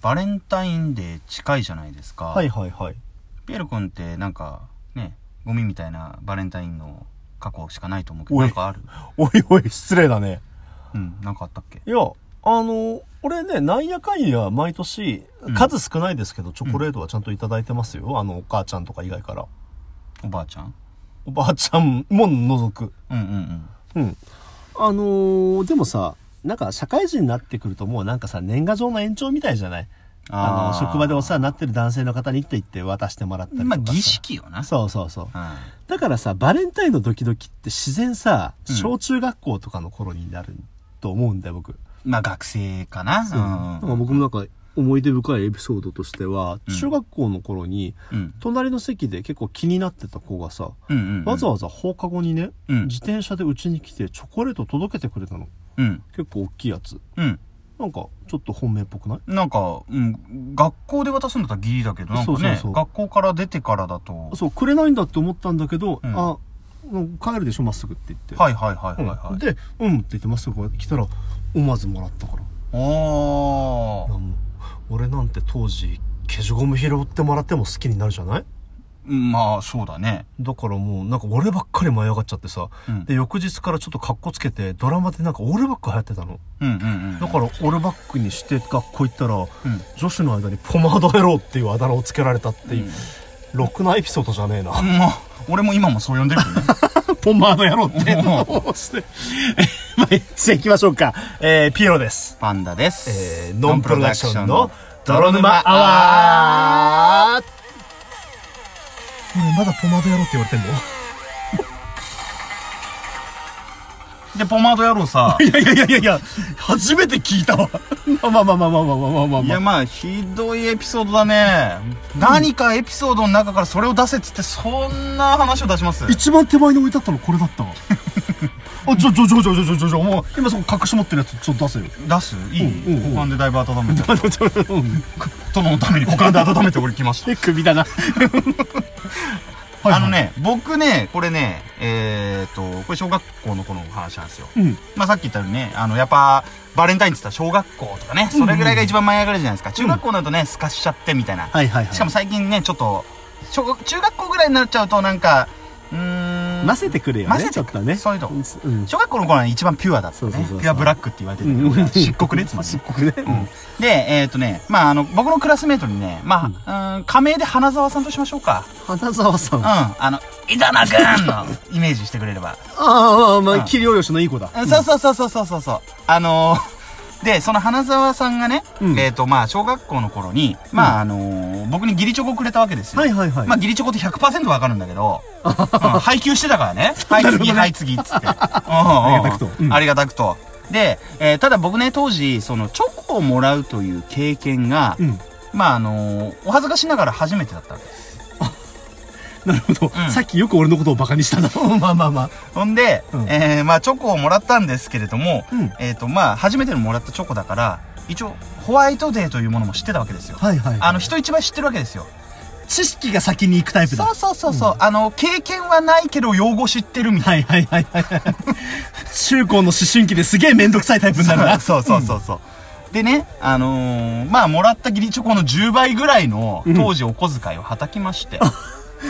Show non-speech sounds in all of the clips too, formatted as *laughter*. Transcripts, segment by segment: バレンタインデー近いじゃないですか。はいはいはい。ピエロ君ってなんか、ね、ゴミみたいなバレンタインの過去しかないと思うけど、おいなんかあるおいおい、失礼だね。うん、なんかあったっけいや、あの、俺ね、なんやかんや毎年うん、数少ないですけど、チョコレートはちゃんといただいてますよ。あの、お母ちゃんとか以外から。おばあちゃんおばあちゃんも除く。うんうんうん。うん。あのーでもさ、なんか社会人になってくるともうなんかさ、年賀状の延長みたいじゃないあーの、職場でお世話になってる男性の方にって言って渡してもらったりとかまあ、さ儀式よな。そうそうそう。うん。だからさ、バレンタインのドキドキって自然さ、うん小中学校とかの頃になると思うんだよ、僕。まあ、学生かな。なんうんか僕もなんか思い出深いエピソードとしては、うん中学校の頃に、うん。隣の席で結構気になってた子がさ、うんうんうん。わざわざ放課後にね、うん自転車でうちに来てチョコレート届けてくれたの。うん。結構大きいやつ。うん。なんか、ちょっと本命っぽくないなんか、うん、学校で渡すんだったらギリだけど、なんかね、そうそうそう学校から出てからだと、はいそう、くれないんだって思ったんだけど、うんあ、なんか帰るでしょ、まっすぐって言って。はいはいはいうんはい。で、うんって言ってまっすぐ来たら、思わずもらったから。おいやー。もう俺なんて当時消しゴム拾ってもらっても好きになるじゃないまあ、そうだね。だからもうなんか俺ばっかり舞い上がっちゃってさ、うんで翌日からちょっとカッコつけてドラマでなんかオールバック流行ってたのうんうんうん。だからオールバックにして学校行ったら、ん女子の間にポマード野郎っていうあだ名をつけられたっていう、ろくなエピソードじゃねえなまあ、俺も今もそう呼んでる *laughs* けどね。ポマード野郎ってうんどうしてまあじゃあ行きましょうか、えー、ピエロですパンダです。えーノンプロダクションの泥沼アワー俺まだポマード野郎って言われてんので、ポマード野郎さ、 *laughs* いやいやいやいやいや初めて聞いたわまあまあまあまあまあまあまあまあ、いやまあ、ひどいエピソードだね。何かエピソードの中からそれを出せっつって、そんな話を出します。一番手前に置いてあったのこれだったわあちょちょちょちょちょちょちょもう今そこ隠し持ってるやつちょっと出せよ出すいいうんうんうん股間でだいぶ温めて。手 *laughs* 殿のために股間で温めておきました。首だなあのね、僕ね、これね、えー、と、これ小学校の頃の話なんですよ。うんまあさっき言ったようにね、あの、やっぱ、バレンタインって言ったら小学校とかね、それぐらいが一番舞い上がるじゃないですか。中学校になるとね、すかしちゃってみたいな。はいはいはいしかも最近ね、ちょっと、小学中学校ぐらいになっちゃうとなんか、うーん。混ぜてくれよ混ねぜてちょっとねそういうのんうん小学校の頃はね一番ピュアだったそうそうねそう。そうピュアブラックって言われてるうんうん漆黒ね、つまり漆。黒ねうんで、えっ、とね、まあ、あの、僕のクラスメートにね、まあ、うーん、仮名で花沢さんとしましょうか。花沢さんうん、ああの、井田中君のイメージしてくれれば。ああまうんあ切りおよしのいい子だうんそうそうそうそうそうそうそう。あのー *laughs* で、その花沢さんがね、うんえっ、と、まあ、小学校の頃に、まあ、あのー僕に義理チョコをくれたわけですよ。はいはいはいまあ、義理チョコって100%わかるんだけ *laughs* ど、うん配給してたからね。はい、次、はい、次、っつ *laughs* って。ありがたくとうんありがたくと。で、えーただ僕ね、当時、その、チョコをもらうという経験が、うんまあ、あのーお恥ずかしながら初めてだったわけです。なるほどうんさっきよく俺のことをバカにしたなまあまあまあほんで、うんえーまあ、チョコをもらったんですけれども、うんえっ、と、まあ、初めてのもらったチョコだから、一応、ホワイトデーというものも知ってたわけですよ。はいはいあの、人一倍知ってるわけですよ。知識が先に行くタイプだそうそうそうそう、あの、経験はないけど、用語知ってるみたいはいはいはいはいはい中高の思春期ですげえ面倒くさいタイプになるな。なそうそうそうそう。でね、あのーまあ、もらった義理チョコの10倍ぐらいの、うん当時お小遣いをはたきまして。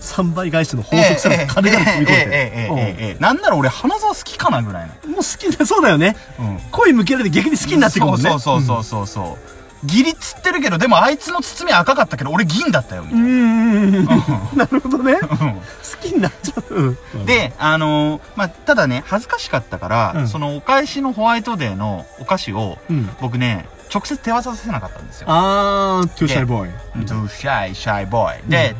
三倍返しの法則さら金からえええええええ飛びえ込んで。ええなんなら俺、花沢好きかなぐらいもう好きだ、そうだよね。の。うん。好恋向けられて逆に好きになってくるもんね。そうそうそうそうそう。義理つってるけど、でもあいつの包み赤かったけど、俺銀だったよ、みたういん。うんうんうん。なるほどね。好な。うんきになっちゃううん。で、あのーまあ、ただね、恥ずかしかったから、うんそのお返しのホワイトデーのお菓子を、うん、僕ね、直接手渡させなかったんですよ。あー、トゥーシャイボーイ。トゥーシャイシャイボーイ。で、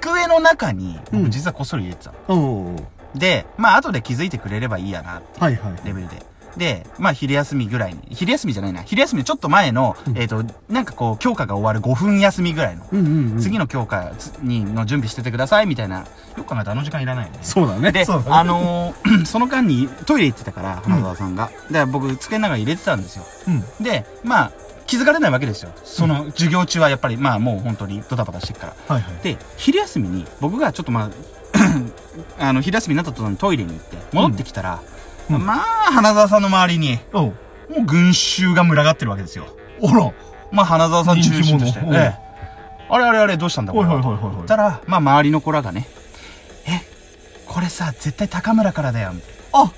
机の中に、う僕ん実はこっそり入れてたの。うん。はいで、まあ、後で気づいてくれればいいやなっていうはいはい。レベルで。で、まあ、昼休みぐらいに、昼休みじゃないな、昼休みのちょっと前の、えっ、と、なんかこう、教科が終わる5分休みぐらいの、うんうんうん。次の教科つにの準備しててください、みたいな。よく考えたらあの時間いらないよね。そうだね。で、そうだねあ、のー *clears throat* その間にトイレ行ってたから、花澤さんが。で、僕、机の中に入れてたんですよ。うん。で、まあ、気づかれないわけですよ。その、授業中はやっぱり、まあ、もう本当にドタバタしてるから。はいはい。で、昼休みに、僕がちょっとま *clears throat* あ、あの、昼休みになった途端にトイレに行って、戻ってきたら、うんうんまあ、花澤さんの周りに、おうもう群衆が群がってるわけですよ。あら。まあ、花澤さん中心として。人気者ええあれあれあれ、どうしたんだこれは。はいはいはいはいはいたら、まあ、周りの子らがね、え、これさ、絶対高村からだよ、みたいな。あ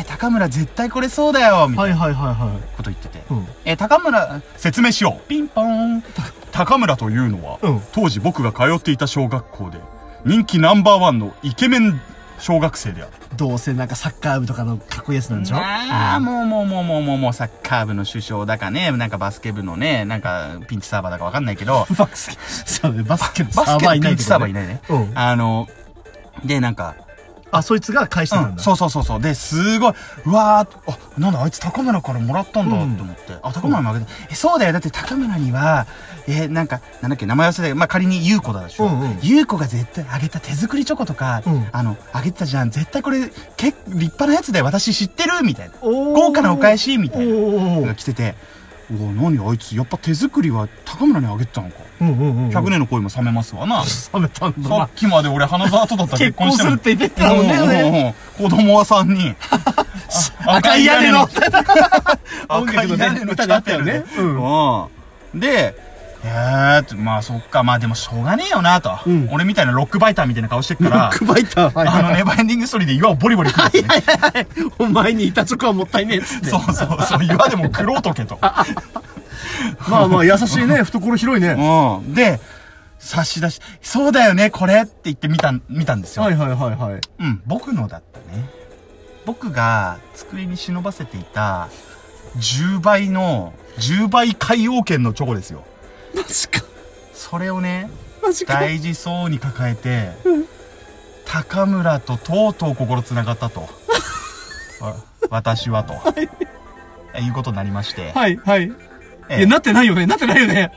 え、高村絶対これそうだよ、みたいはいはいはいはなこと言ってて。い。うん。えー高村、説明しよう。ピンポーン。高村というのは、うん当時僕が通っていた小学校で、人気ナンバーワンのイケメン小学生である。どうせなんかサッカー部とかのかっこいいやつなんでしょああ、もうもうもうもうもうもうサッカー部の首相だかね、なんかバスケ部のね、なんかピンチサーバーだかわかんないけど、うんバスケ、そうね、バスケのサバスーケバーいのなピいンチサーバーいい。ないね。うん。あの、で、なんか、あ、そいつが返してたうんん、だ。そうそうそうそうですごいうわーあなんだあいつ高村からもらったんだうんと思って、あ高村にもあげた、えそうだよだって高村にはえーなんかなんだっけ名前忘れたけど、まあ、仮に優子だでしょ、うんうん優子が絶対あげた手作りチョコとか、うんあのあげてたじゃん絶対これけ立派なやつだよ私知ってるみたいなおー豪華なお返しみたいなおのーが来ててうわ何あいつやっぱ手作りは高村にあげてたのかうんうんうん。 100年の恋も冷めますわな、冷めたんだ。さまっきまで俺花沢とだったら結結婚婚してするのるっにて言ってたもんね。うんうんうん子供は3人。あ赤い屋根の。赤い屋根の音楽のね歌があったよねうん。で、えーって、まあそっか、まあでもしょうがねえよなとうん。俺みたいなロックバイターみたいな顔してっから、バイター。はいあはのネバーエンディングストーリーで岩をボリボリ食うやつね。い。お前にいたチョコはもったいねえっつって。そうそうそう、岩でも食ろうとけと。まあまあ、優しいね。懐広いね。うん。で、差し出し、そうだよね、これって言って見た、見たんですよ。はいはいはいはい。うん、僕のだったね。僕が机に忍ばせていた10倍の、10倍海王券のチョコですよ。マジか。それをね、マジか。大事そうに抱えて、高村ととうとう心つながったと。わ私はと。い、うことになりまして。はいはい。いええや、なってないよね。なってないよね。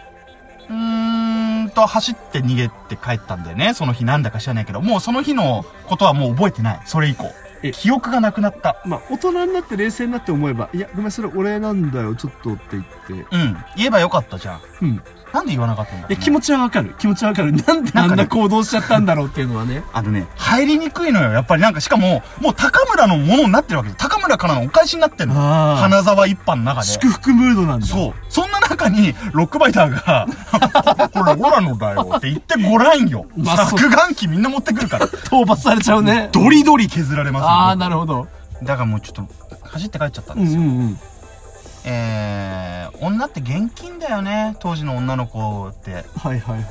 うーんと、走って逃げて帰ったんだよね。その日なんだか知らないけど、もうその日のことはもう覚えてない。それ以降え。記憶がなくなった。まあ、大人になって冷静になって思えば、いや、ごめん、それ俺なんだよ、ちょっとって言って。うん。言えばよかったじゃん。うん。なんで言わなかったんだろう、いね、や、気持ちはわかる。気持ちはわかる。なんであんな行動しちゃったんだろうっていうのはね。あのね、入りにくいのよ。やっぱりなんか、しかも、もう高村のものになってるわけです。高村からのお返しになってるの。あー花沢一般の中で。祝福ムードなんだ。そう。そんな中に、ロックバイターが、 *laughs* これオラのだよって言ってごらんよ。 *laughs* まあそう作眼機みんな持ってくるから。討伐されちゃうね。ドリドリ削られますよああ、なるほど。だからもうちょっと、走って帰っちゃったんうでんすよ。うんうん。えー、女って現金だよね。当時の女の子って。はいはいはい。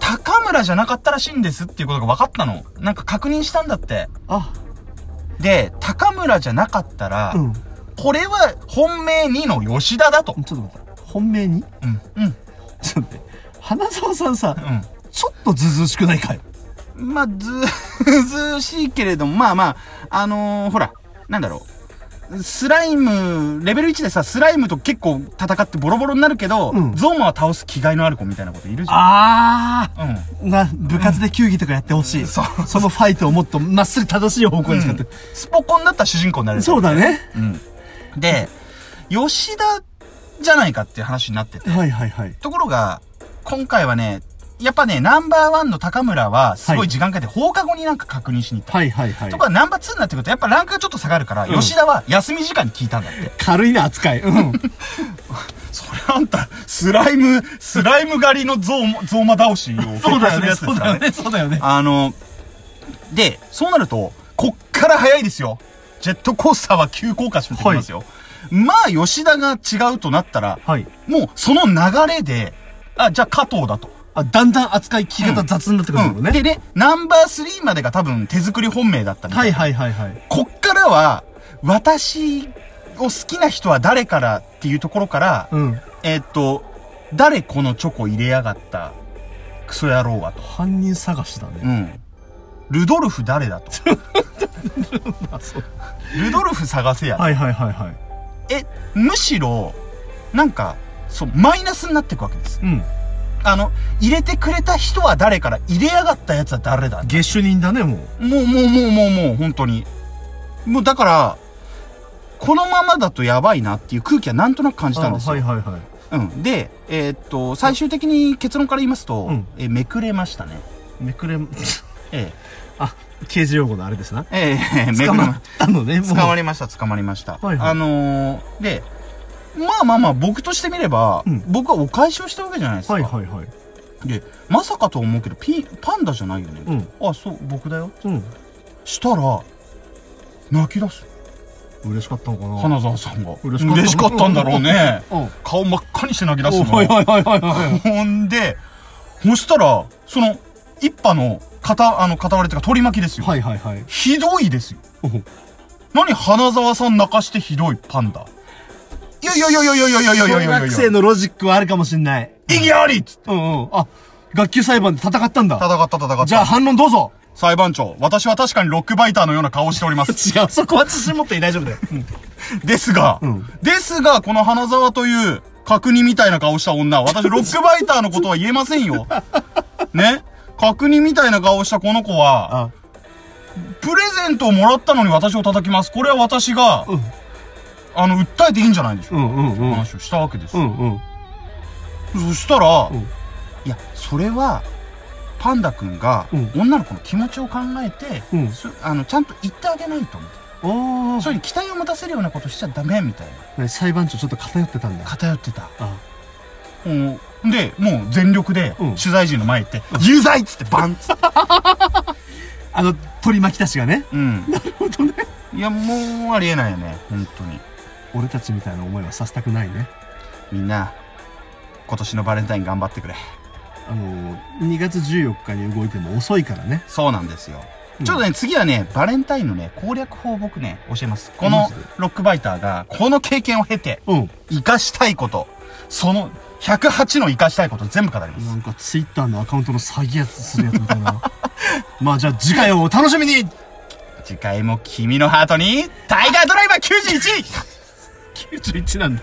高村じゃなかったらしいんですっていうことが分かったの。なんか確認したんだって。あ、で、高村じゃなかったら、うん。ちこれは本命2の吉田だと。ょっと待って。本命にうん。うん。ちょっと待って。花沢さんさ、うちょっとずずうしくないかよ。ん。まあ、ず、 *laughs* ずうしいけれども、まあまあ、あのーほら、なんだろう。スライム、レベル1でさ、スライムと結構戦ってボロボロになるけど、うんゾーマは倒す気概のある子みたいなこといるじゃん。あうん。あ、な、部活で球技とかやってほしい。そうそのファイトをもっとまっすぐ正しい方向に使って。スポコンだったら主人公になれる。そうだね。うん。で、吉田じゃないかっていう話になってて。はいはいはい。ところが、今回はね、やっぱね、ナンバーワンの高村は、すごい時間かけて、放課後になんか確認しに行った。はいはいはいと。か、ナンバーツーになってくると、やっぱランクがちょっと下がるから、うん吉田は休み時間に聞いたんだって。軽いな、扱い。うん。それあんた、スライム、スライム狩りのゾウマ、ゾウマ倒しを決定するやつで *laughs* *laughs* そうすかだらよね、そうだよね。あの、で、そうなると、こっから早いですよ。ジェットコースターは急降下してきますよ。まあ、吉田が違うとなったら、はい。もうその流れで、あ、じゃあ加藤だと。あ、だんだん扱い聞き方雑になってくるんだうもん、んね。でね、ナンバー3までが多分手作り本命だったみたはいいな。はいはいはい。こっからは、私を好きな人は誰からっていうところから、うん。えーっと、誰このチョコ入れやがったクソ野郎はと。犯人探しだね。 *laughs* うん。ルドルフ誰だと。ルドルフ探せや。はいはいはいはい。え、むしろ、なんか、そう、マイナスになっていくわけです。うん。あの、入れてくれた人は誰から、入れやがったやつは誰だ下手人だね、もう。もうもうもうもうもう本当にもうだからこのままだとやばいなっていう空気はなんとなく感じたんですよ、はいはいはい。うん、で、えーっと最終的に結論から言いますと、うんえめくれましたねめくれ、 *laughs* えあ、刑事用語のあれですな。えええええめくれ捕まったのね、もう。捕まりれ。ました捕まりました、はいはいあのーでまあまあまあ、僕としてみれば、うん僕はお返しをしたわけじゃないですか。はいはいはい。で、まさかと思うけど、ピン、パンダじゃないよね。うん。あ、そう、僕だよ。うん。したら、泣き出す。嬉しかったのかな花沢さんが。嬉しかったんだろうね。うん。 *laughs* 顔真っ赤にして泣き出すはいの。はいはいはいはい。ほんで、そしたら、その、一派の、片、あの、片割れっていうか、取り巻きですよ。はいはいはい。ひどいですよ。うん何花沢さん泣かしてひどいパンダ。いやいやいやいやいやいやいやいやい小やいや学生のロジックはあるかもしんない。意義ありっつってうんうん。あ、学級裁判で戦ったんだ。戦った戦った。じゃあ反論どうぞ。裁判長、私は確かにロックバイターのような顔をしております。違う、そこは自信持っていい大丈夫だよ。ですが、んですが、この花沢という、角煮みたいな顔した女、私ロックバイターのことは言えません *laughs* よ。ね角煮みたいな顔したこの子は、あ、プレゼントをもらったのに私を叩きます。これは私が、んあの、訴えていいんじゃないでしょううか。んうんうん。話をしたわけですう。んうん。そしたら、うんいや、それは、パンダくんがうん、女の子の気持ちを考えて、うんすあの、ちゃんと言ってあげないと、みたいな。おそれに期待を持たせるようなことしちゃダメ、みたいな。ー。裁判長ちょっと偏ってたんだ。偏ってた。あ、うんで、もう全力で、うん取材陣の前行って、有罪っつってバンっつって。あの、取り巻きたちがね。うん。ほんとね。いや、もうありえないよね、本当に。俺たちみたいな思いはさせたくないね。みんな、今年のバレンタイン頑張ってくれ。あの、2月14日に動いても遅いからね。そうなんですよ。うんちょっとね、次はね、バレンタインのね、攻略法を僕ね、教えます。このマジでロックバイターが、この経験を経て、うん。生かしたいこと、その108の生かしたいこと全部語ります。なんかツイッターのアカウントの詐欺やつするやつみたい *laughs* な。まあじゃあ次回をお楽しみに次 *laughs* 回も君のハートに、タイガードライバー 91! 91なんだ。